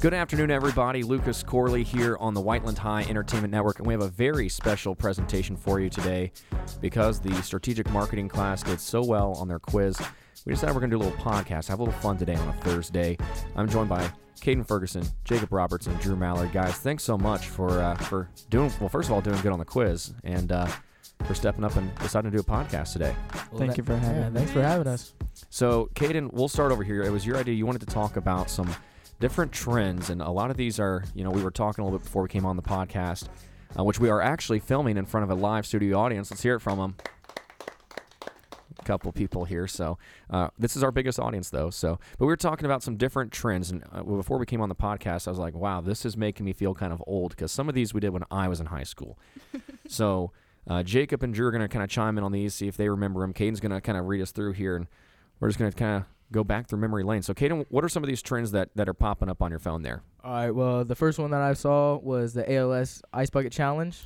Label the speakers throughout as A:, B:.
A: Good afternoon, everybody. Lucas Corley here on the Whiteland High Entertainment Network, and we have a very special presentation for you today because the strategic marketing class did so well on their quiz. We decided we're going to do a little podcast, have a little fun today on a Thursday. I'm joined by Caden Ferguson, Jacob Roberts, and Drew Mallard. Guys, thanks so much for uh, for doing well. First of all, doing good on the quiz, and uh, for stepping up and deciding to do a podcast today.
B: Thank you for having
C: yeah,
B: me.
C: Thanks for having us.
A: So, Caden, we'll start over here. It was your idea. You wanted to talk about some different trends, and a lot of these are, you know, we were talking a little bit before we came on the podcast, uh, which we are actually filming in front of a live studio audience. Let's hear it from them. Couple people here, so uh, this is our biggest audience, though. So, but we were talking about some different trends, and uh, well, before we came on the podcast, I was like, "Wow, this is making me feel kind of old," because some of these we did when I was in high school. so, uh, Jacob and Drew are going to kind of chime in on these, see if they remember them. Caden's going to kind of read us through here, and we're just going to kind of go back through memory lane. So, Caden, what are some of these trends that, that are popping up on your phone there?
C: All right. Well, the first one that I saw was the ALS Ice Bucket Challenge.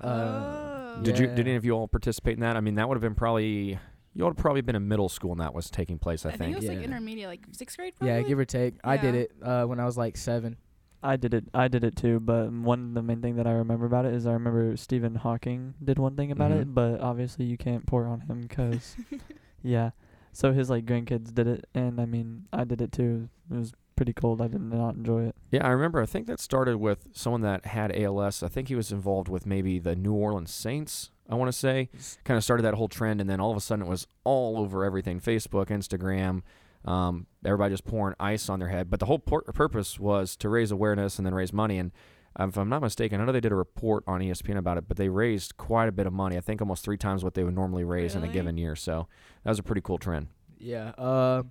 C: Uh,
D: Oh.
A: Did you
C: yeah.
A: did any of you all participate in that? I mean, that would have been probably you all would probably been in middle school when that was taking place. I,
D: I think it was like
C: yeah.
D: intermediate, like sixth grade. Probably?
C: Yeah, give or take. I did
D: Yeah.
C: it uh, when I was like seven.
B: I did it. I did it too. But one of the main thing that I remember about it is I remember Stephen Hawking did one thing about
A: Mhm.
B: it, but obviously you can't pour on him 'cause yeah. So his like grandkids did it, and I mean I did it too. It was pretty cold. I did not enjoy it.
A: Yeah, I remember. I think that started with someone that had ALS. I think he was involved with maybe the New Orleans Saints. I want to say kind of started that whole trend, and then all of a sudden it was all over everything: Facebook, Instagram. Um, everybody just pouring ice on their head. But the whole pur- purpose was to raise awareness and then raise money. And um, if I'm not mistaken, I know they did a report on E ESPN about it, but they raised quite a bit of money. I think almost three times what they would normally raise in a
D: Really?
A: given year. So that was a pretty cool trend.
C: Yeah. Uh,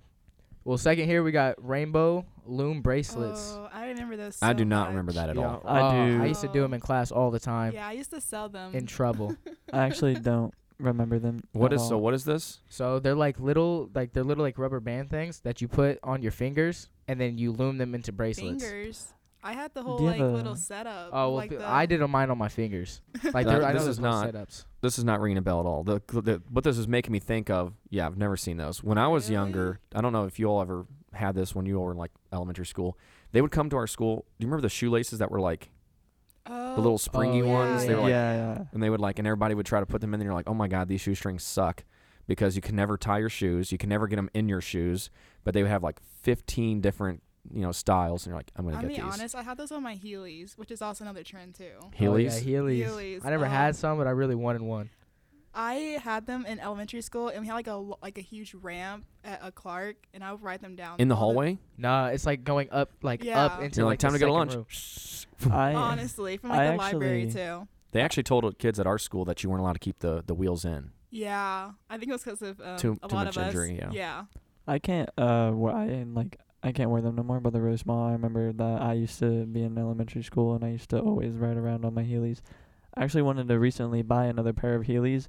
C: well, second here we got rainbow loom bracelets.
D: Oh, I remember those.
A: I
D: so
A: do not
D: much.
A: remember that at
C: Yeah,
A: all.
B: I
C: uh,
B: do.
C: I used to do them in class all the time.
D: Yeah, I used to sell them.
C: In trouble.
B: I actually don't remember them.
A: What
B: at
A: is so?
B: all.
A: What is this?
C: so they're like little, like they're little like rubber band things that you put on your fingers, and then you loom them into bracelets.
D: Fingers. I had the whole
B: Do you
D: like
B: have a-
D: little setup.
C: Oh well,
D: like
C: th-
D: the,
C: I did on mine on my fingers. Like
A: That-
C: there, I know
A: this
C: there's
A: is
C: no
A: not-
C: setups.
A: this is not ringing a bell at all. The, the what this is making me think of. Yeah, I've never seen those. When I was
D: Really?
A: younger, I don't know if you all ever had this when you all were in like elementary school. They would come to our school. Do you remember the shoelaces that were like
D: Oh,
A: the little springy
C: yeah,
A: ones? They
B: Yeah,
A: were
D: yeah.
A: like,
B: yeah.
A: and they would like, and everybody would try to put them in. And you're like, oh my god, these shoestrings suck because you can never tie your shoes. You can never get them in your shoes. But they would have like 15 different you know styles, and you're like, I'm gonna
D: I'm
A: get
D: being
A: these.
D: honest. I had those on my Heelys, which is also another trend too.
C: Oh,
A: Heelys.
C: yeah, Heelys.
D: Heelys,
C: I never
D: um,
C: had some, but I really wanted one.
D: I had them in elementary school, and we had like a lo- like a huge ramp at a Clark, and I would ride them down
A: in the
D: all
A: hallway,
C: Nah, it's like going up, like up
D: Yeah.
C: into
A: you're like,
C: like, the
A: time to get a
C: second
A: lunch.
C: row.
B: I
D: honestly, from like
B: I
D: the library
B: actually-
D: too.
A: They actually told kids at our school that you weren't allowed to keep the, the wheels in.
D: Yeah, I think it was because of um,
A: Too-
D: a
A: too
D: lot
A: much
D: of
A: injury, yeah.
D: us. Yeah.
B: I can't uh wear I ain't, like I can't wear them no more, but they're really small. I remember that I used to be in elementary school and I used to always ride around on my Heelys. I actually wanted to recently buy another pair of Heelys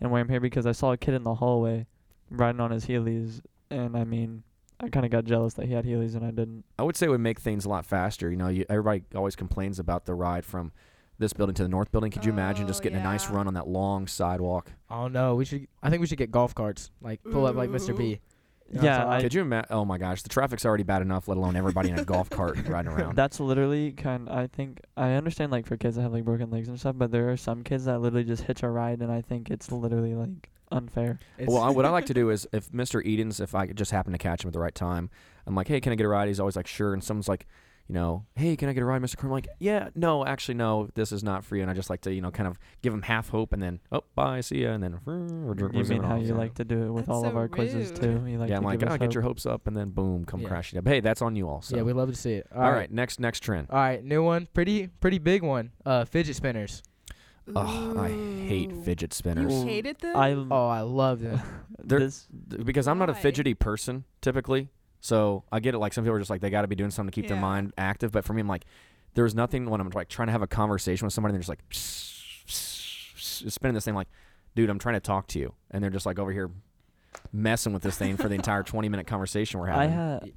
B: and wear them here because I saw a kid in the hallway riding on his Heelys and I mean I kinda got jealous that he had Heelys and I didn't.
A: I would say it would make things a lot faster. You know, you, everybody always complains about the ride from this building to the north building. Could you imagine
D: Oh,
A: just getting a nice
D: yeah.
A: run on that long sidewalk?
C: Oh no, we should. I think we should get golf carts. Like pull up like Mr. B. Yeah,
B: Yeah,
C: so
B: I,
A: Could you imagine? Oh my gosh, the traffic's already bad enough, let alone everybody in a golf cart riding around.
B: That's literally kind. I think I understand like for kids that have like broken legs and stuff, but there are some kids that literally just hitch a ride, and I think it's literally like unfair.
C: It's,
A: well, I, what I like to do is if Mr. Edens, if I just happen to catch him at the right time, I'm like, hey, can I get a ride? He's always like, sure. And someone's like, you know, hey, can I get a ride, Mr. Kerm? I'm like, yeah, no, actually, no, this is not free. And I just like to, you know, kind of give him half hope and then, oh, bye, see ya. And then, we're dr- we're
B: You mean
A: zooming
B: how
A: off.
B: you like to do it with
D: That's
B: all of
D: so
B: our quizzes
D: rude.
B: too? You like
A: yeah,
B: to
A: I'm like,
B: give us
A: oh, get
B: hope.
A: your hopes up, and then boom, come
C: Yeah.
A: crashing down. Hey, that's on you also.
C: yeah, we love to see it.
A: All right, next next trend.
C: All right, new one, pretty pretty big one. Uh, fidget spinners.
A: Ugh, I hate
D: Ooh.
A: fidget spinners
D: You
B: Ooh.
D: hated them.
B: I
A: Mm.
B: l-
C: Oh, I love them.
A: They're-
B: this
A: Th- because I'm not a
D: Why?
A: fidgety person typically. So I get it. Like some people are just like they got to be doing something to keep their
D: Yeah.
A: mind active. But for me, I'm like, there's nothing when I'm like trying to have a conversation with somebody. They're just like just spinning this thing. Like, dude, I'm trying to talk to you, and they're just like over here messing with this thing for the entire 20 minute conversation we're
B: I
A: having.
B: had.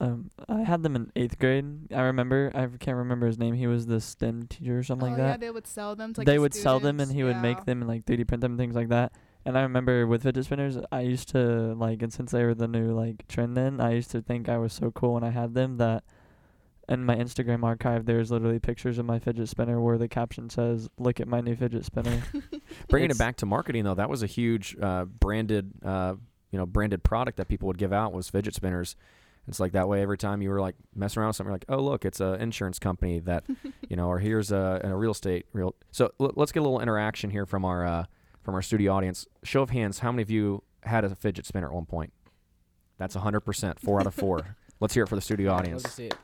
B: Um, I had them in eighth grade. I remember. I can't remember his name. He was the STEM teacher or something
D: oh,
B: like
D: yeah,
B: that.
D: they would sell them. To, like,
B: they
D: the
B: would sell them and
D: students.
B: he would make
D: Yeah.
B: them and like 3D print them and things like that. And I remember with fidget spinners, I used to like, and since they were the new like trend then, I used to think I was so cool when I had them that in my Instagram archive, there's literally pictures of my fidget spinner where the caption says, "Look at my new fidget spinner."
A: Bringing it
B: It's-
A: back to marketing though, that was a huge uh, branded, uh, you know, branded product that people would give out was fidget spinners. It's like that way every time you were like messing around with something, you're like, oh look, it's an insurance company that, you know, or here's a, a real estate real. So l- let's get a little interaction here from our uh, from our studio audience. Show of hands, how many of you had a fidget spinner at one point? That's hundred percent, four out of four. Let's hear it for the studio
C: Let's
A: audience.
C: see it.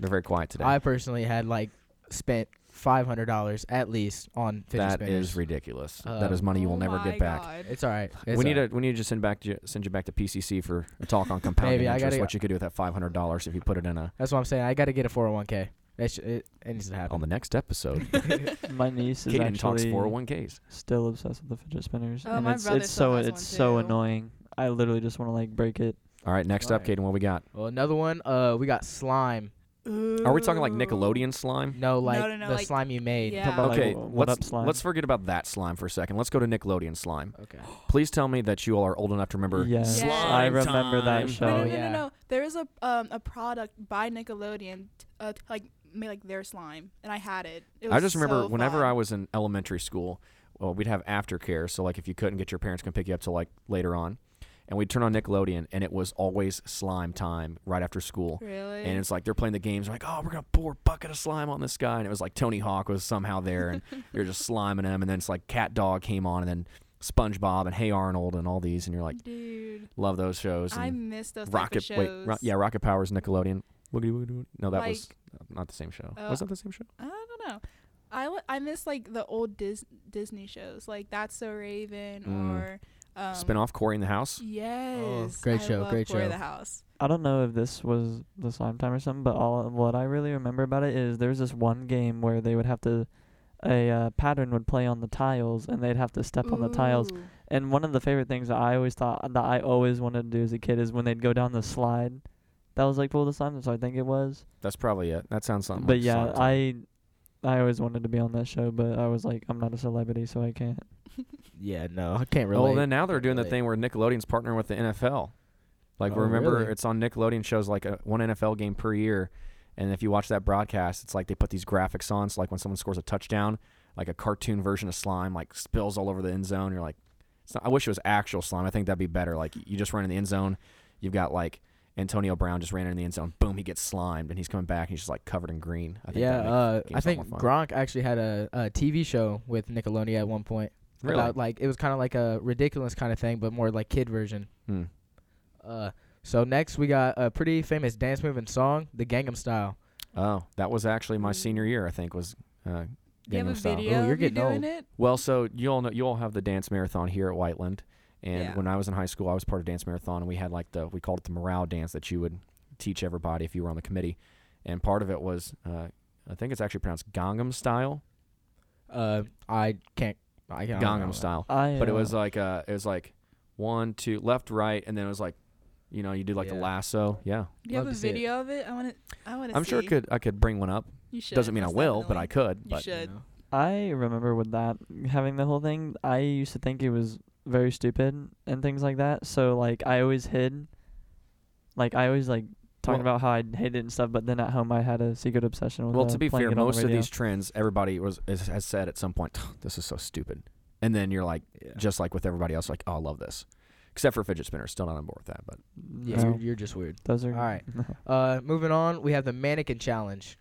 A: They're very quiet today.
C: I personally had like spent five hundred dollars at least on fidget
A: That is
C: spinners.
A: ridiculous.
C: Uh,
A: that is money you will
D: Oh
A: never
D: my
A: get back.
D: God.
C: it's all right.
A: we need to we need to send back to, send you back to PCC for a talk on compounding
C: Maybe, I
A: interest.
C: gotta-
A: what you could do with that five hundred dollars if you put it in a
C: That's what I'm saying. I got to get a 401k. That sh- it, it needs to happen.
A: on the next episode.
B: my niece is
A: Kaden talks
B: actually
A: four hundred one ks.
B: still obsessed with the fidget spinners,
D: Oh,
B: and
D: my
B: it's
D: brother
B: it's
D: still
B: so
D: has
B: it's
D: one
B: so
D: too.
B: annoying. I literally just want to like break it.
A: All right, next up,
C: Alright.
A: Kaden, what we got?
C: Well, another one. Uh, we got slime.
A: Are we talking like
D: Ooh.
A: Nickelodeon slime?
C: No, like
D: no, no,
C: the
D: like-
C: slime you made.
D: Yeah.
B: Talk about, like,
A: Okay,
B: what
A: let's
B: up slime?
A: let's forget about that slime for a second. Let's go to Nickelodeon slime.
C: Okay.
A: Please tell me that you all are old enough to remember.
B: Yes, I
D: Slime
B: remember
A: time.
B: that
D: No, no, no,
B: show.
C: yeah.
D: no, no. There is a um a product by Nickelodeon, t- uh, t- like made like their slime, and I had it. It
A: I
D: was
A: just remember
D: so
A: whenever
D: fun.
A: I was in elementary school, well, we'd have aftercare. So like if you couldn't get your parents can pick you up till like later on, and we'd turn on Nickelodeon, and it was always slime time right after school.
D: really
A: And it's like they're playing the games, like, oh, we're gonna pour a bucket of slime on this guy, and it was like Tony Hawk was somehow there, and you're just sliming him, and then it's like Cat Dog came on, and then SpongeBob and Hey Arnold and all these, and you're like,
D: dude,
A: love those shows.
D: I
A: And
D: miss those
A: Rocket,
D: type of
A: wait,
D: shows.
A: Ro- yeah, Rocket Powers, Nickelodeon. Wiggity, wiggity, wiggity. No, that
D: Like-
A: was not the same show.
D: Uh,
A: was that the same show?
D: I don't know. I, li- I miss like the old Dis- Disney shows, like That's So Raven
A: Mm.
D: or um,
A: Spin off Corey in the House.
D: Yes,
C: great
D: I
C: show,
D: love
C: great
D: Boy
C: show.
D: The house.
B: I don't know if this was the slime time or something, but all what I really remember about it is there was this one game where they would have to a uh, pattern would play on the tiles and they'd have to step on the tiles.
D: Ooh.
B: And one of the favorite things that I always thought that I always wanted to do as a kid is when they'd go down the slide. That was like pull the slime, so I think it was.
A: That's probably it. That sounds something.
B: but
A: like slime
B: yeah,
A: time.
B: I I always wanted to be on that show, but I was like I'm not a celebrity, so I can't.
C: Yeah. No, I can't
A: Oh,
C: relate.
A: well, then now they're
C: Can't
A: doing the
C: relate.
A: thing where Nickelodeon's partnering with the NFL. Like
C: Oh,
A: remember,
C: really?
A: it's on Nickelodeon shows like a, one NFL game per year, and if you watch that broadcast, it's like they put these graphics on. So like when someone scores a touchdown, like a cartoon version of slime like spills all over the end zone. You're like, it's not, I wish it was actual slime. I think that'd be better. Like you just run in the end zone, you've got like Antonio Brown just ran in the end zone. Boom, he gets slimed, and he's coming back. and He's just like covered in green. I think
C: yeah.
A: that'd make
C: Uh,
A: the
C: I
A: games a lot
C: think
A: more fun.
C: Gronk actually had a, a TV show with Nickelodeon at one point.
A: Really?
C: About, like it was kind of like a ridiculous kind of thing, but more like kid version.
A: Hmm.
C: Uh, so next we got a pretty famous dance move and song, the Gangnam Style.
A: Oh, that was actually my
C: Mm.
D: Ooh.
A: senior year. I think was. Uh,
D: Do you
A: Gangnam
D: have a
A: Style. Oh,
D: video
C: Ooh, you're
D: of you
C: getting old.
D: doing it?
A: Well, so you all know you all have the dance marathon here at Whiteland, and
D: Yeah.
A: when I was in high school, I was part of dance marathon, and we had like the we called it the morale dance that you would teach everybody if you were on the committee, and part of it was uh, I think it's actually pronounced Gangnam style,
C: Uh, I can't. I can't. I don't know.
A: Gangnam style,
B: I
A: but it
B: uh,
A: was like uh, it was like one, two, left, right, and then it was like, you know, you do like the
C: Yeah.
A: lasso, yeah.
D: Do you have
C: Love
D: a
C: to see it.
D: video of it? I want to. I want to.
A: I'm sure it could I could bring one up.
D: You should.
A: Doesn't mean I
D: most
A: will, but I
D: definitely.
A: could.
D: You
A: but
D: should. Good.
C: You know.
B: I remember with that having the whole thing. I used to think it was very stupid and things like that. So like I always hid, like I always like talking
A: Well-
B: about how I hated it and stuff. But then at home I had a secret obsession with.
A: Well,
B: uh,
A: to be
B: playing
A: fair,
B: it on the
A: most of
B: radio.
A: these trends everybody was is, has said at some point, "This is so stupid," and then you're like,
C: Yeah.
A: just like with everybody else, like, "Oh, I love this," except for fidget spinners. Still not on board with that, but
C: Yeah,
B: No,
C: you're, you're just weird.
B: those are
C: Alright. Uh, moving on, we have the mannequin challenge.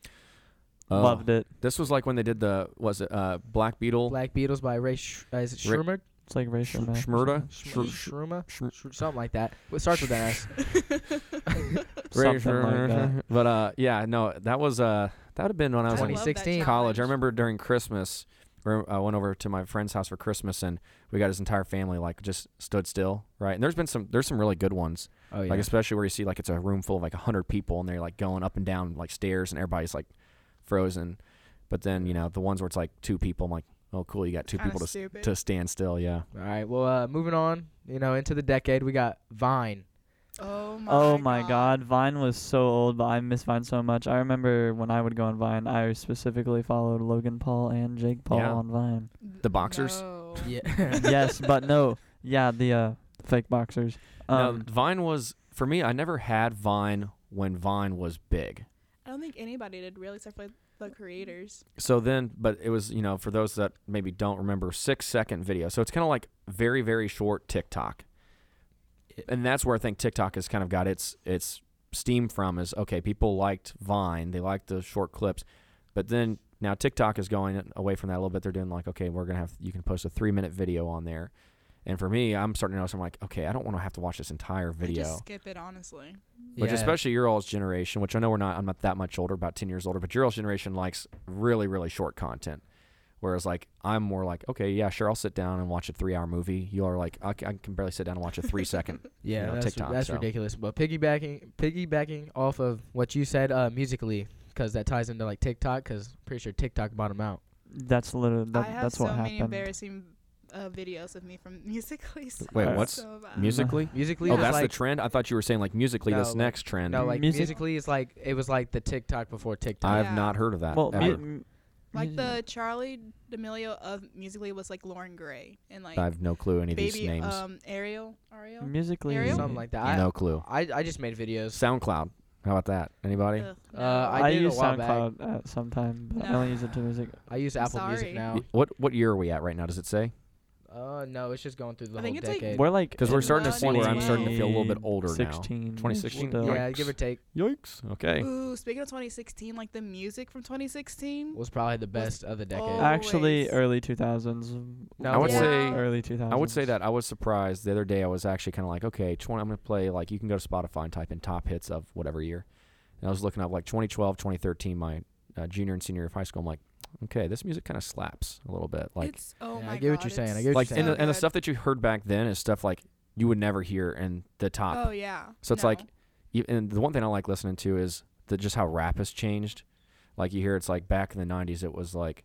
A: Oh.
B: Loved it.
A: This was like when they did the was it uh, Black Beetle,
C: Black Beatles by Ray Sh- uh, is it
A: Rick-
C: Shroomer?
B: It's like racial
A: Sh-
B: math or
A: Shmurda,
C: Shroomer?
A: Sh-
C: Shroomer?
A: Shm-
C: Sh- something like that. It starts with an S.
B: something, something like that.
A: but uh, yeah, no, that was uh, that would have been when I was in
D: love that
C: 2016.
A: college. I
D: challenge.
A: remember during Christmas, where I went over to my friend's house for Christmas, and we got his entire family like just stood still, right? And there's been some there's some really good ones.
C: Oh yeah.
A: Like especially where you see like it's a room full of like hundred people and they're like going up and down like stairs and everybody's like frozen. But then you know the ones where it's like two people, I'm like, oh cool, you got two
D: Kinda
A: people to s-
D: stupid.
A: to stand still. Yeah,
C: All right. Well, uh, moving on. You know, into the decade, we got Vine.
D: Oh my.
B: Oh my God, Vine was so old, but I miss Vine so much. I remember when I would go on Vine, I specifically followed Logan Paul and Jake Paul
A: Yeah.
B: on Vine.
A: The boxers?
D: No.
C: Yeah.
B: yes, but no, yeah, the uh, fake boxers.
A: Now,
B: Um,
A: Vine was for me. I never had Vine when Vine was big.
D: I don't think anybody did really except for the creators.
A: So then, but it was, you know, for those that maybe don't remember, six second video. So it's kind of like very, very short TikTok. And that's where I think TikTok has kind of got its its steam from is okay, people liked Vine, they liked the short clips, but then now TikTok is going away from that a little bit. They're doing like, okay, we're gonna have you can post a three minute video on there. And for me, I'm starting to notice I'm like, okay, I don't want to have to watch this entire video.
D: I just skip it honestly.
A: which
C: Yeah.
A: especially your all's generation, which I know we're not, I'm not that much older, about 10 years older, but your all's generation likes really, really short content. Whereas like, I'm more like, okay, yeah, sure. I'll sit down and watch a three hour movie. You are like, I, c- I can barely sit down and watch a three second.
C: Yeah,
A: know,
C: that's,
A: TikTok,
C: that's
A: so.
C: ridiculous. But piggybacking piggybacking off of what you said uh, musically, because that ties into like TikTok, because pretty sure TikTok bought 'em out.
B: That's literally that,
D: I have
B: that's
D: so
B: what
D: many
B: happened.
D: embarrassing uh, videos of me from Musically. So um,
A: Wait,
D: it's
A: what's
D: so bad.
A: musically?
C: Musically,
A: Oh,
C: was
A: that's
C: like,
A: the trend. I thought you were saying like musically
C: No,
A: this
C: like-
A: next trend.
C: no, like
B: Music-
C: musically is like it was like the TikTok before TikTok.
A: I've
D: Yeah.
A: not heard of that.
B: well,
A: ever.
B: mu- m-
D: Like
B: music-
D: the Charlie D'Amelio of Musically was like Lauren Gray and like
A: I have no clue any of these
D: baby
A: names.
D: um Ariel Ariel.
B: musically
D: Ariel?
C: Something like that.
A: no clue.
C: I, I I just made videos.
A: SoundCloud. How about that? Anybody?
D: Ugh,
C: Uh,
D: no.
C: I did a
B: use
C: while back.
B: SoundCloud at some time, but I only use it to music.
C: I use
D: I'm
C: Apple Music
D: sorry.
C: now.
A: Y- What what year are we at right now? Does it say?
C: Uh, no, it's just going through the whole
D: I think it's like-
C: decade.
B: We're like
A: Because we're
D: In
A: starting to
D: the
A: see where I'm starting to feel a little bit
B: 2016,
A: older
B: 16,
A: now. 2016.
B: still.
C: yeah, give or take
A: Yikes. Okay.
D: Ooh, speaking of 2016, like the music from 2016.
C: was probably the best of the decade.
D: Oh.
B: Actually,
D: Always.
B: early 2000s.
C: No,
A: I would
D: Yeah.
A: say
B: early 2000s.
A: I would say that I was surprised the other day. I was actually kind of like, okay, 20, I'm gonna play like you can go to Spotify and type in top hits of whatever year, and I was looking up like 2012, 2013, my uh, junior and senior year of high school. I'm like, okay, this music kind of slaps a little bit. Like
D: it's oh
C: Yeah,
D: my
C: I get what
D: God,
C: you're saying, I
D: it's
C: get what
A: like
C: you're
A: and
D: so
A: the, and the
D: good.
A: stuff that you heard back then is stuff like you would never hear in the top.
D: Oh yeah.
A: So it's
D: No.
A: like, you, and the one thing I like listening to is the just how rap has changed. Like you hear, it's like back in the '90s, it was like,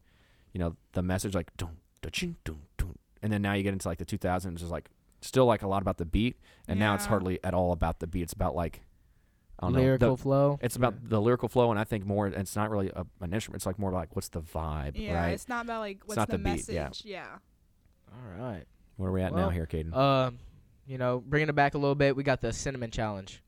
A: you know, the message like dun da ching dun dun, and then now you get into like the 2000s, it's like still like a lot about the beat, and now it's
D: Yeah.
A: hardly at all about the beat. It's about like, I don't
C: Lyrical
A: know, the-
C: flow.
A: it's about the lyrical flow, and I think more. It's not really a, an instrument. It's like more like what's the vibe,
D: Yeah,
A: right?
D: it's not about like what's
A: not
D: the,
A: the beat,
D: message.
A: yeah.
D: yeah.
C: All right.
A: Where are we at now
C: Well,
A: here, Caden?
D: uh,
C: Um, you know, bringing it back a little bit, we got the cinnamon challenge.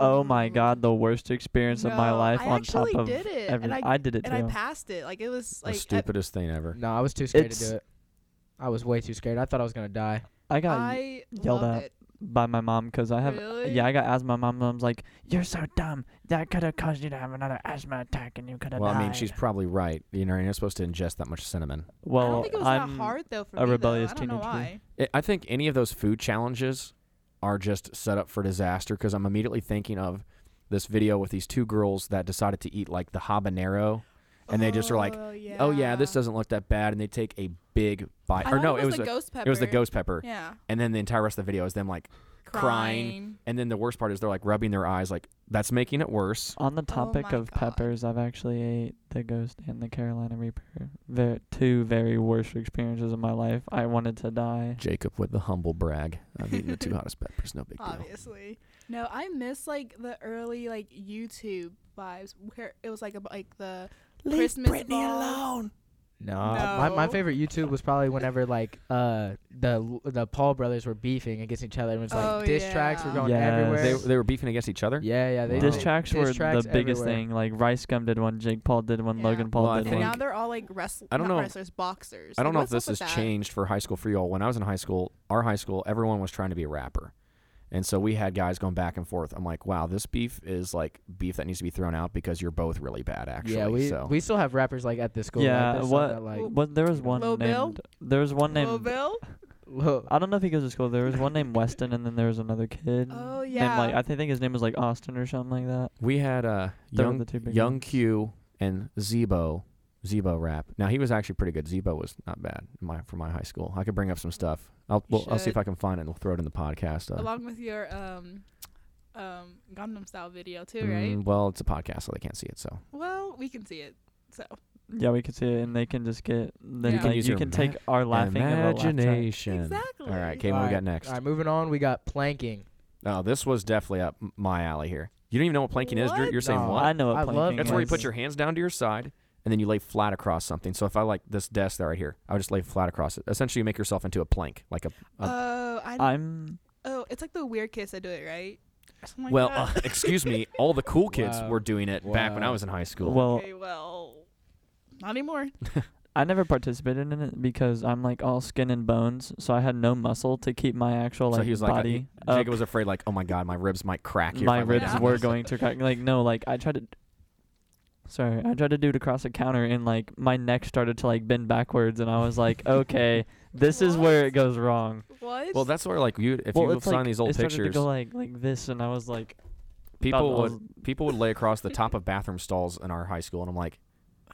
B: Oh my
D: Mm-hmm.
B: god, the worst experience of my
D: No,
B: life
D: I
B: on top
D: actually
B: of
D: did it,
B: every.
D: and I,
B: did it
D: and I
B: too.
D: passed it. Like it was
A: the
D: like I,
A: stupidest thing ever.
C: No, I was too scared to
B: It's-
C: do it. I was way too scared. I thought I was gonna die.
B: I got
D: I
B: yelled
D: loved
B: at.
D: it.
B: by my mom because I have.
D: Really?
B: Yeah, I got asthma. My mom's like, "You're so dumb. That could have caused you to have another asthma attack, and you could have
A: Well,
B: died."
A: I mean, she's probably right. You know, you're not supposed to ingest that much cinnamon.
B: Well,
D: I don't think it was
B: am
D: that hard though for
B: a
D: me, though.
B: rebellious
D: I don't know
B: teenage boy.
D: why.
A: I- I think any of those food challenges are just set up for disaster because I'm immediately thinking of this video with these two girls that decided to eat like the habanero, and they just were like,
D: oh yeah,
A: "Oh yeah, this doesn't look that bad," and they take a big bite.
D: I
A: or
D: thought
A: no,
D: it was, the
A: a,
D: ghost pepper.
A: it was the ghost pepper,
D: Yeah,
A: and then the entire rest of the video is them like, Crying. and then the worst part is they're like rubbing their eyes, like that's making it worse.
B: on the topic
D: Oh my
B: of
D: God.
B: peppers. I've actually ate the Ghost and the Carolina Reaper. Ver- two very worst experiences of my life. I wanted to die.
A: Jacob with the humble brag, I've eaten the two hottest peppers, no big deal.
D: Obviously, no. I miss like the early like YouTube vibes where it was like about like the Christmas balls.
C: No, my my
D: No.
C: favorite YouTube was probably whenever like uh the the Paul brothers were beefing against each other. It was like
D: Oh,
C: diss tracks were
D: yeah.
C: going
B: Yes.
C: everywhere.
A: They, they were beefing against each other.
C: yeah, yeah, they
A: Wow.
B: Diss
C: did
B: tracks
C: diss
B: were
C: tracks
B: the biggest
C: everywhere.
B: thing. Like Rice Gum did one, Jake Paul did one,
D: Yeah.
B: Logan Paul
A: Well, I
B: did
D: and
A: think-
D: now
B: one.
D: they're all like wrestlers.
A: I don't know-
D: wrestlers, boxers.
A: I
D: Like,
A: don't know if
D: what's
A: this
D: up
A: has
D: with that?
A: changed for high school for y'all. When I was in high school, our high school, everyone was trying to be a rapper. And so we had guys going back and forth. I'm like, wow, this beef is like beef that needs to be thrown out because you're both really bad, actually.
C: yeah, we
A: so
C: we still have rappers like at this school.
B: Yeah,
C: like, there's some
B: what-
C: that, like,
B: But there was one
D: Lil Bill?
B: named. There was one
D: Lil
B: named.
D: Bill.
C: look,
B: I don't know if he goes to school. There was one named Weston, and then there was another kid.
D: Oh,
B: Named like
D: yeah.
B: I thi- think his name was like Austin or something like that.
A: we had uh,
B: Those were
A: young
B: the two big
A: young
B: ones.
A: Q and Zebo, Zebo rap. Now he was actually pretty good. Zebo was not bad in my, from my high school. I could bring up some stuff. I'll
D: You
A: well, I'll see if
D: should.
A: I can find it and we'll throw it in the podcast. Uh,
D: Along with your um, um, Gundam style video too, right?
A: mm, well, it's a podcast, so they can't see it. So
D: Well, we can see it. So Mm.
B: Yeah, we could see it, and they can just get. Then
D: You can
B: like,
A: use
B: you
A: your
B: can
A: ma-
B: take our laughing and the laugh track.
A: imagination.
D: exactly.
A: All right, Kate, what we
C: Alright,
A: got next?
C: all right, moving on. We got planking.
A: No, this was definitely up m- my alley here. You don't even know what planking is. You're,
D: What?
A: you're saying
C: No,
A: what?
B: I know what
C: I love
B: planking
A: That's where you
B: is.
A: put your hands down to your side and then you lay flat across something. So if I like this desk that right here, I would just lay flat across it. Essentially, Uh, you make yourself into a plank, like a.
D: Oh, I
B: I'm
D: oh, it's like the weird kids that do it, right? Something like
A: well,
D: that.
A: uh, excuse me, all the cool kids
C: Wow.
A: were doing it back when I
C: Wow.
A: was in high school.
B: Well,
D: okay, well, not anymore.
B: I never participated in it because I'm like all skin and bones, so I had no muscle to keep my actual like
A: so he was like,
B: body.
A: uh,
B: up.
A: Jacob was afraid, like, oh my god, my ribs might crack. Here
B: my
A: if I lay
B: ribs
A: down."
B: were going to crack. Like no, like I tried to. Sorry, I tried to do it across the counter, and like my neck started to like bend backwards, and I was like, okay, this is where it
D: What?
B: goes wrong.
D: What?
A: Well, that's where like you if
B: well,
A: you
B: it's
A: find
B: like
A: these old
B: it started
A: pictures,
B: to go like like this, and I was like,
A: people
B: thought I
A: would people would lay across the top of bathroom stalls in our high school, and I'm like,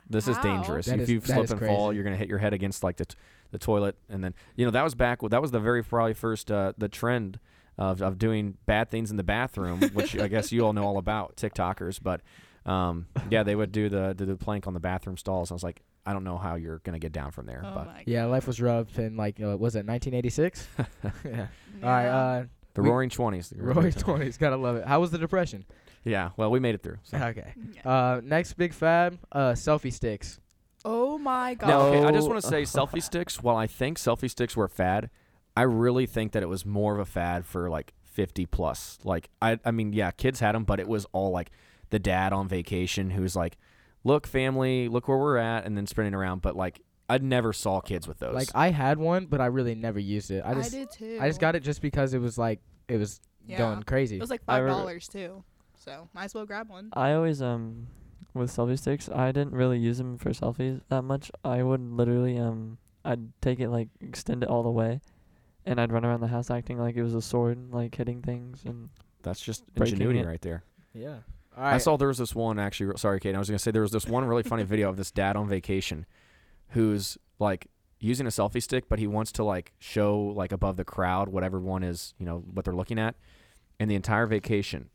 A: this is
D: How?
A: dangerous.
C: That
A: if
C: is-
A: you
C: that
A: slip
C: is
A: and fall,
C: crazy.
A: you're gonna hit your head against like the t- the toilet, and then you know that was back. That was the very probably first uh, the trend of of doing bad things in the bathroom, which I guess you all know all about TikTokers, but. Um, yeah, they would do the do the plank on the bathroom stalls. I was like, I don't know how you're gonna get down from there,
D: oh
A: but
D: my
C: Yeah, life was rough in like uh, was it 1986? yeah.
D: God.
C: All right. Uh,
A: the
C: We-
A: Roaring Twenties.
C: Roy Twenties, gotta love it. How was the depression?
A: Yeah, well, we made it through. So.
C: Okay.
D: Yeah.
C: Uh, next big fab, uh, selfie sticks.
D: oh my God.
A: Now, okay, I just
B: No.
A: want to say selfie sticks, while I think selfie sticks were a fad, I really think that it was more of a fad for like 50 plus. Like, I, I mean, yeah, kids had them, but it was all like the dad on vacation who's like, look, family, look where we're at, and then sprinting around. But like, I never saw kids with those.
C: Like I had one, but I really never used it. I just
D: did too.
C: I just got it just because it was like it was
D: Yeah.
C: going crazy.
D: It was like
B: I
D: five
B: re-
D: dollars too, so might as well grab one.
A: Uh,
B: I always um with selfie sticks, I didn't really use them for selfies that much. I would literally um I'd take it like extend it all the way, and I'd run around the house acting like it was a sword, like hitting things and
A: That's just
B: breaking
A: ingenuity
B: it.
A: right there.
C: yeah. All
A: I
C: right.
A: saw there was this one actually. Sorry, Kate. I was gonna say there was this one really funny video of this dad on vacation, who's like using a selfie stick, but he wants to like show like above the crowd what everyone is, you know, what they're looking at, and the entire vacation,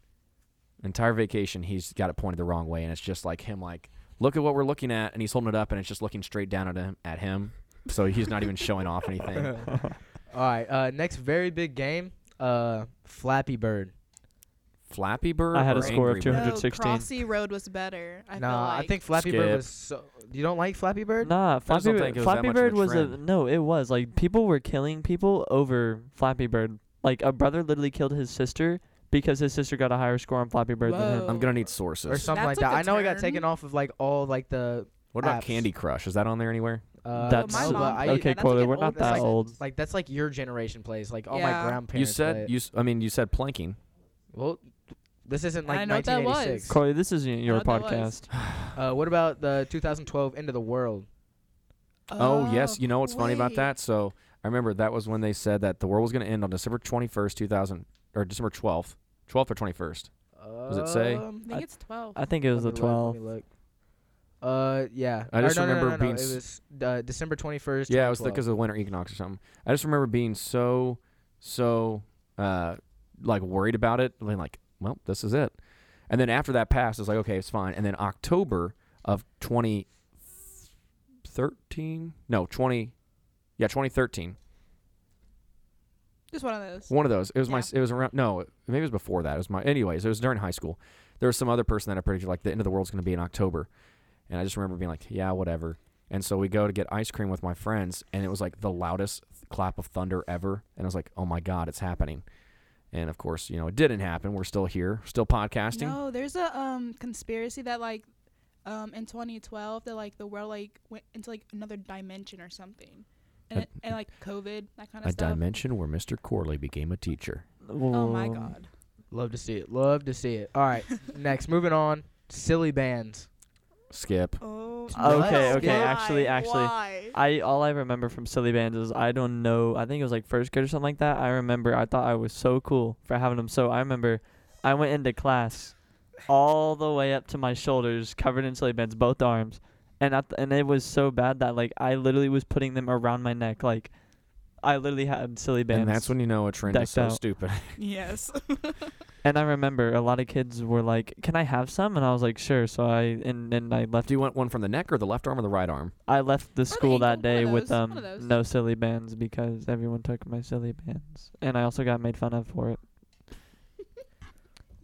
A: entire vacation, he's got it pointed the wrong way, and it's just like him like look at what we're looking at, and he's holding it up, and it's just looking straight down at him, at him. So he's not even showing off anything.
C: All right. Uh, next very big game, uh, Flappy Bird.
A: Flappy Bird.
B: I had a
A: or
B: score of
A: Angry Bird?
D: No,
B: 216.
D: Oh, Crossy Road was better. I feel
C: nah,
D: like.
C: I think Flappy Bird
A: Skip.
C: was so. You don't like Flappy Bird?
B: Nah,
A: just
B: Flappy
A: don't think
B: Bird.
A: it was that
B: Flappy
A: much of a
B: Bird was a
A: trend.
B: no. It was like people were killing people over Flappy Bird. Like a brother literally killed his sister because his sister got a higher score on Flappy Bird than him.
D: Whoa.
A: I'm gonna need
C: Or
A: sources.
C: something like
D: That's
C: that.
D: like a
C: I know it got
D: term.
C: taken off of like all like the.
A: What about
C: apps.
A: Candy Crush? Is that on there anywhere?
C: Uh,
B: that's
D: my
C: no, but
D: mom
C: I,
D: played
B: okay,
D: that. That's like
B: Corley.
D: an
B: We're not
D: old
B: that
D: person.
B: old.
C: Like that's like your generation plays. Like all
D: Yeah.
C: my grandparents.
A: You
C: play
A: said
C: it.
A: you. s- I mean, you said planking.
C: Well, this isn't
D: I
C: like
D: know what that was.
C: 1986.
B: Corley, this isn't your
D: How'd that was?
B: podcast.
C: Uh, what about the 2012 End of the World?
A: Oh, yes, you know what's funny about
D: wait.
A: that? So I remember that was when they said that the world was going to end on December twenty first, two thousand, or December twelfth, twelfth or twenty first.
C: Does
A: it say?
C: Um,
D: I think it's twelve.
B: I think it was the 12.
C: Uh, yeah.
A: I
C: Or
A: just
C: no, no, no,
A: remember
C: no, no,
A: being
C: It was uh, December 21st.
A: Yeah, it was
C: 2012.
A: because of the winter equinox or something. I just remember being so, so, uh, like worried about it. I mean, like, well, this is it. And then after that passed, it's like, okay, it's fine. And then October of twenty thirteen, no, twenty, yeah, twenty thirteen.
D: Just one of those.
A: One of those. It was my.
D: Yeah.
A: It was around. No, maybe it was before that. It was my. Anyways, it was during high school. There was some other person that I predicted like the end of the world's going to be in October, and I just remember being like, yeah, whatever. And so we go to get ice cream with my friends, and it was like the loudest clap of thunder ever, and I was like, oh my god, it's happening. And of course, you know, it didn't happen. We're still here, still podcasting.
D: No, there's a um conspiracy that like um in 2012 that like the world like went into like another dimension or something, and
A: A-
D: it, and like COVID that kind of
A: A
D: stuff.
A: dimension where Mr. Corley became a teacher.
D: Oh my
B: Whoa.
D: God.
C: Love to see it. Love to see it. All right. next, moving on. Silly bands.
A: Skip.
D: Oh.
C: What?
B: Okay, okay,
D: Why?
B: actually- actually,
D: Why?
B: I all I remember from Silly Bands is I don't know. I think it was like first grade or something like that. I remember I thought I was so cool for having them. So I remember I went into class all the way up to my shoulders, covered in Silly Bands, both arms, and at the, and it was so bad that like I literally was putting them around my neck. Like I literally had Silly Bands.
A: And that's when you know a trend is
B: Decked
A: so
B: out.
A: stupid.
D: yes.
B: Uh, And I remember a lot of kids were like, "Can I have some?" And I was like, "Sure." So I and and I left
A: Do you want one from the neck or the left arm or the right arm?
B: I left the school
D: ankle, one
B: that
D: of
B: day
D: those,
B: with
D: one
B: um
D: of those.
B: no silly bands because everyone took my silly bands, and I also got made fun of for it.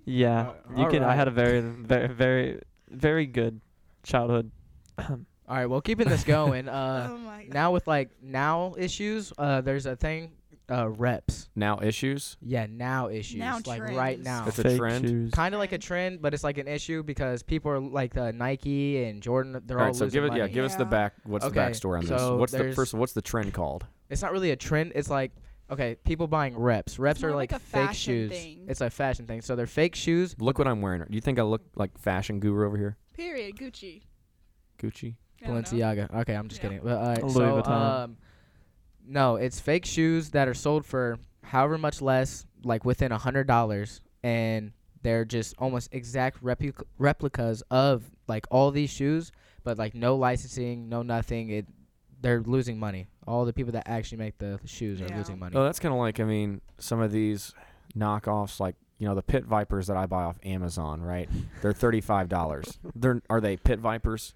B: Yeah,
C: Uh,
B: you can. I
A: Uh,
C: alright.
B: had a very, very, very, very good childhood.
C: All right, well, keeping this going. Uh,
D: oh my god.
C: now with like now issues, uh, there's a thing, uh, reps.
A: Now issues.
C: Yeah, now issues.
D: Now
C: like right
D: trends.
C: now.
A: It's a trend.
B: shoes.
C: Kind of like a trend, but it's like an issue because people are like uh, Nike and Jordan. They're
A: all
C: all
A: right, so
C: losing
A: give it.
C: money.
A: Yeah, give us the
D: Yeah.
A: back. What's the
C: Okay,
A: backstory on this?
C: so
A: What's the
C: there's-
A: first? What's the trend called?
C: It's not really a trend. It's like okay, people buying reps. Reps
D: more
C: are
D: of,
C: like,
D: like, a
C: fake
D: fashion
C: shoes.
D: thing.
C: It's a fashion thing. So they're fake shoes.
A: Look what I'm wearing. Do you think I look like fashion guru over here?
D: Period. Gucci.
A: Gucci.
D: I don't know.
C: Balenciaga. Okay, I'm just
D: Yeah.
C: kidding. But, all right,
B: Louis
C: so,
B: Vuitton.
C: um, no, it's fake shoes that are sold for however much less, like within a hundred dollars, and they're just almost exact replic- replicas of like all these shoes, but like no licensing, no nothing. It, they're losing money. All the people that actually make the shoes are
D: Yeah.
C: losing money.
B: Uh,
A: Oh, that's kind of like I mean some of these knockoffs, like you know the pit vipers that I buy off Amazon, right? They're thirty five dollars. They're are they pit vipers?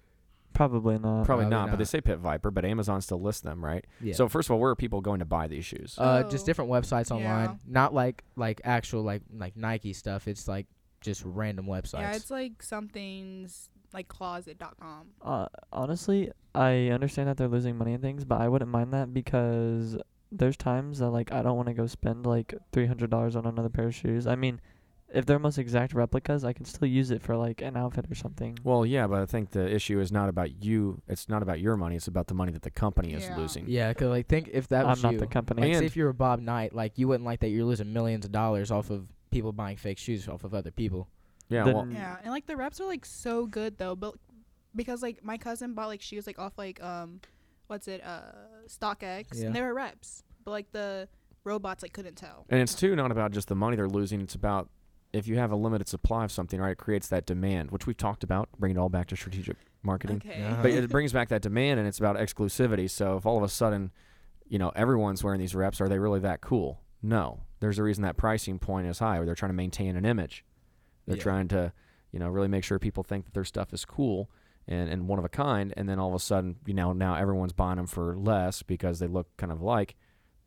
B: Probably not.
A: Probably
C: Uh, probably
A: not, But they
C: not.
A: say pit viper, but Amazon still lists them, right?
C: yeah.
A: So first of all, where are people going to buy these shoes?
C: uh,
D: Oh.
C: just different websites online,
D: Yeah.
C: not like like actual like like Nike stuff. It's like just random websites.
D: Yeah, it's like something's like closet.com.
B: Uh, honestly, I understand that they're losing money and things, but I wouldn't mind that because there's times that like I don't want to go spend like three hundred dollars on another pair of shoes. I mean, if they're almost exact replicas, I can still use it for like an outfit or something.
A: well, yeah, but I think the issue is not about you. It's not about your money. It's about the money that the company is
D: Yeah.
A: losing.
C: Yeah, 'cause like think if that
B: I'm
C: was
B: not
C: you,
B: the company.
C: like
A: And-
C: say if you were Bob Knight, like you wouldn't like that you're losing millions of dollars off of people buying fake shoes off of other people.
A: Yeah.
B: Then-
A: well,
B: Mm.
D: Yeah, and like the reps are like so good though, but because like my cousin bought like shoes like off like um, what's it uh, StockX,
C: Yeah.
D: and they were reps, but like the robots like couldn't tell.
A: and it's too not about just the money they're losing. It's about if you have a limited supply of something, right? It creates that demand, which we've talked about. Bring it all back to strategic marketing.
D: Okay.
C: Yeah.
A: but it brings back that demand and it's about exclusivity so if all of a sudden you know everyone's wearing these reps are they really that cool no there's a reason that pricing point is high where they're trying to maintain an image they're
C: Yeah.
A: trying to you know really make sure people think that their stuff is cool and, and one of a kind and then all of a sudden you know now everyone's buying them for less because they look kind of like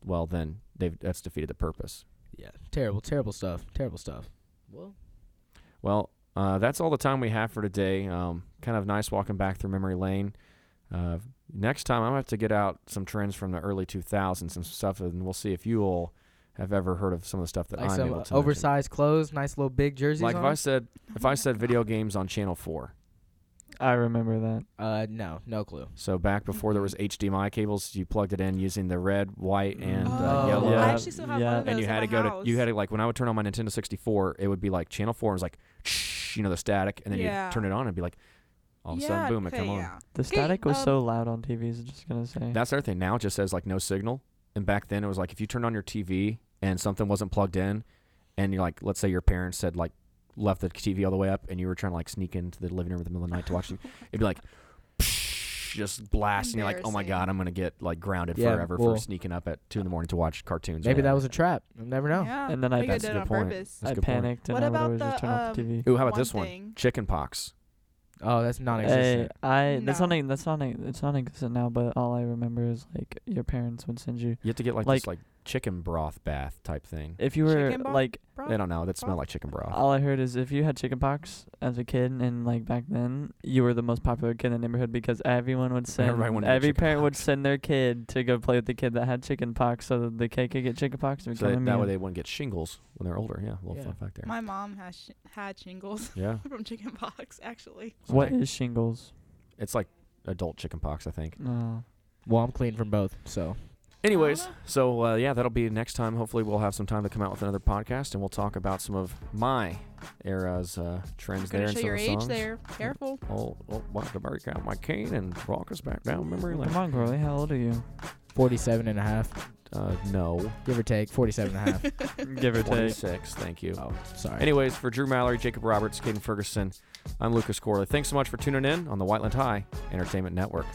A: well then they've that's defeated the purpose
C: Yeah, terrible, terrible stuff, terrible stuff. Well,
A: Well, uh, that's all the time we have for today. Um, kind of nice walking back through memory lane. Uh, next time, I'm going to have to get out some trends from the early 2000s and stuff, and we'll see if you all have ever heard of some of the stuff that
C: like
A: I'm
C: some
A: able
C: uh,
A: to mention.
C: oversized clothes, nice little big jerseys.
A: Like if I
C: on.
A: said, if I said video games on Channel 4,
B: I remember that.
C: Uh, no, no clue.
A: so back before there was
D: Mm-hmm.
A: HDMI cables, you plugged it in using the red, white, and uh,
D: Oh,
A: yellow.
B: Yeah.
D: I actually still have one
B: Yeah.
D: of those
A: and you
D: in
A: had
D: my
A: to go
D: house.
A: to you had to like when I would turn on my Nintendo 64, it would be like Channel 4 and it was like, you know, the static, and then
D: Yeah.
A: you turn it on and it'd be like, all of a sudden,
D: Yeah,
A: boom, it
D: okay,
A: come on.
D: yeah.
B: The
D: Okay,
B: static was
D: um,
B: so loud on TVs. Just gonna say.
A: That's our thing now. It just says like no signal. And back then it was like if you turned on your TV and something wasn't plugged in, and you're like, let's say your parents said like left the TV all the way up, and you were trying to like sneak into the living room in the middle of the night to watch it, it'd be like. Just blast, and you're like, "Oh my god,
D: Embarrassing.
A: I'm gonna get like grounded
C: Yeah,
A: forever
C: well-
A: for sneaking up at two in the morning to watch cartoons." or
C: Maybe that
A: whatever.
C: was a trap. You never know.
D: Yeah.
B: And then I
D: I think I
A: that's a
D: did it
A: good
D: on
A: point.
D: purpose.
A: That's a
B: I
A: good point.
B: panicked
D: What
B: and I
D: about
B: would always
D: the,
B: just turn off the
D: um,
B: TV.
A: Ooh, how about
D: One
A: this one?
D: thing.
A: Chicken pox.
C: Oh, that's non-existent.
B: Hey, I that's not
D: No.
B: a- that's not a- it's not existent now, but all I remember is like your parents would send you
A: You have to get like,
B: Like-
A: this like chicken broth bath type thing.
B: if you were
D: Chicken broth?
B: like
D: Bro,
A: I don't know. That
D: broth?
A: smelled like chicken broth.
C: Oh,
B: all I heard is if you had chickenpox as a kid and like back then you were the most popular kid in the neighborhood because everyone would send
A: Everybody wanted to get
B: every parent would
A: chickenpox.
B: send their kid to go play with the kid that had chickenpox so that the kid could get chickenpox and
A: so
B: become
A: that, that way
B: immune.
A: they wouldn't get shingles when they're older. Yeah, little
C: Yeah.
A: fun fact there.
D: My mom has sh- had shingles
A: yeah.
D: from chickenpox. Actually,
B: What is shingles?
A: It's like adult chicken pox, I think.
B: No.
C: Well, I'm clean from both, so
A: Anyways,
D: Alright.
A: so uh, yeah, that'll be next time. Hopefully, we'll have some time to come out with another podcast, and we'll talk about some of my era's uh, trends
D: gonna
A: there and
D: show
A: some
D: your
A: of the
D: age
A: songs.
D: there. Careful.
A: Oh, oh, we'll have to break out my cane and rock us back down memory lane.
B: Come on, Corley, how old are you?
C: 47 and a half,
A: Uh, no,
C: give or take, 47 and a half.
B: Give or take.
A: twenty-six. Thank you.
C: oh, sorry.
A: Anyways, for Drew Mallory, Jacob Roberts, Caden Ferguson, I'm Lucas Corley. Thanks so much for tuning in on the Whiteland High Entertainment Network.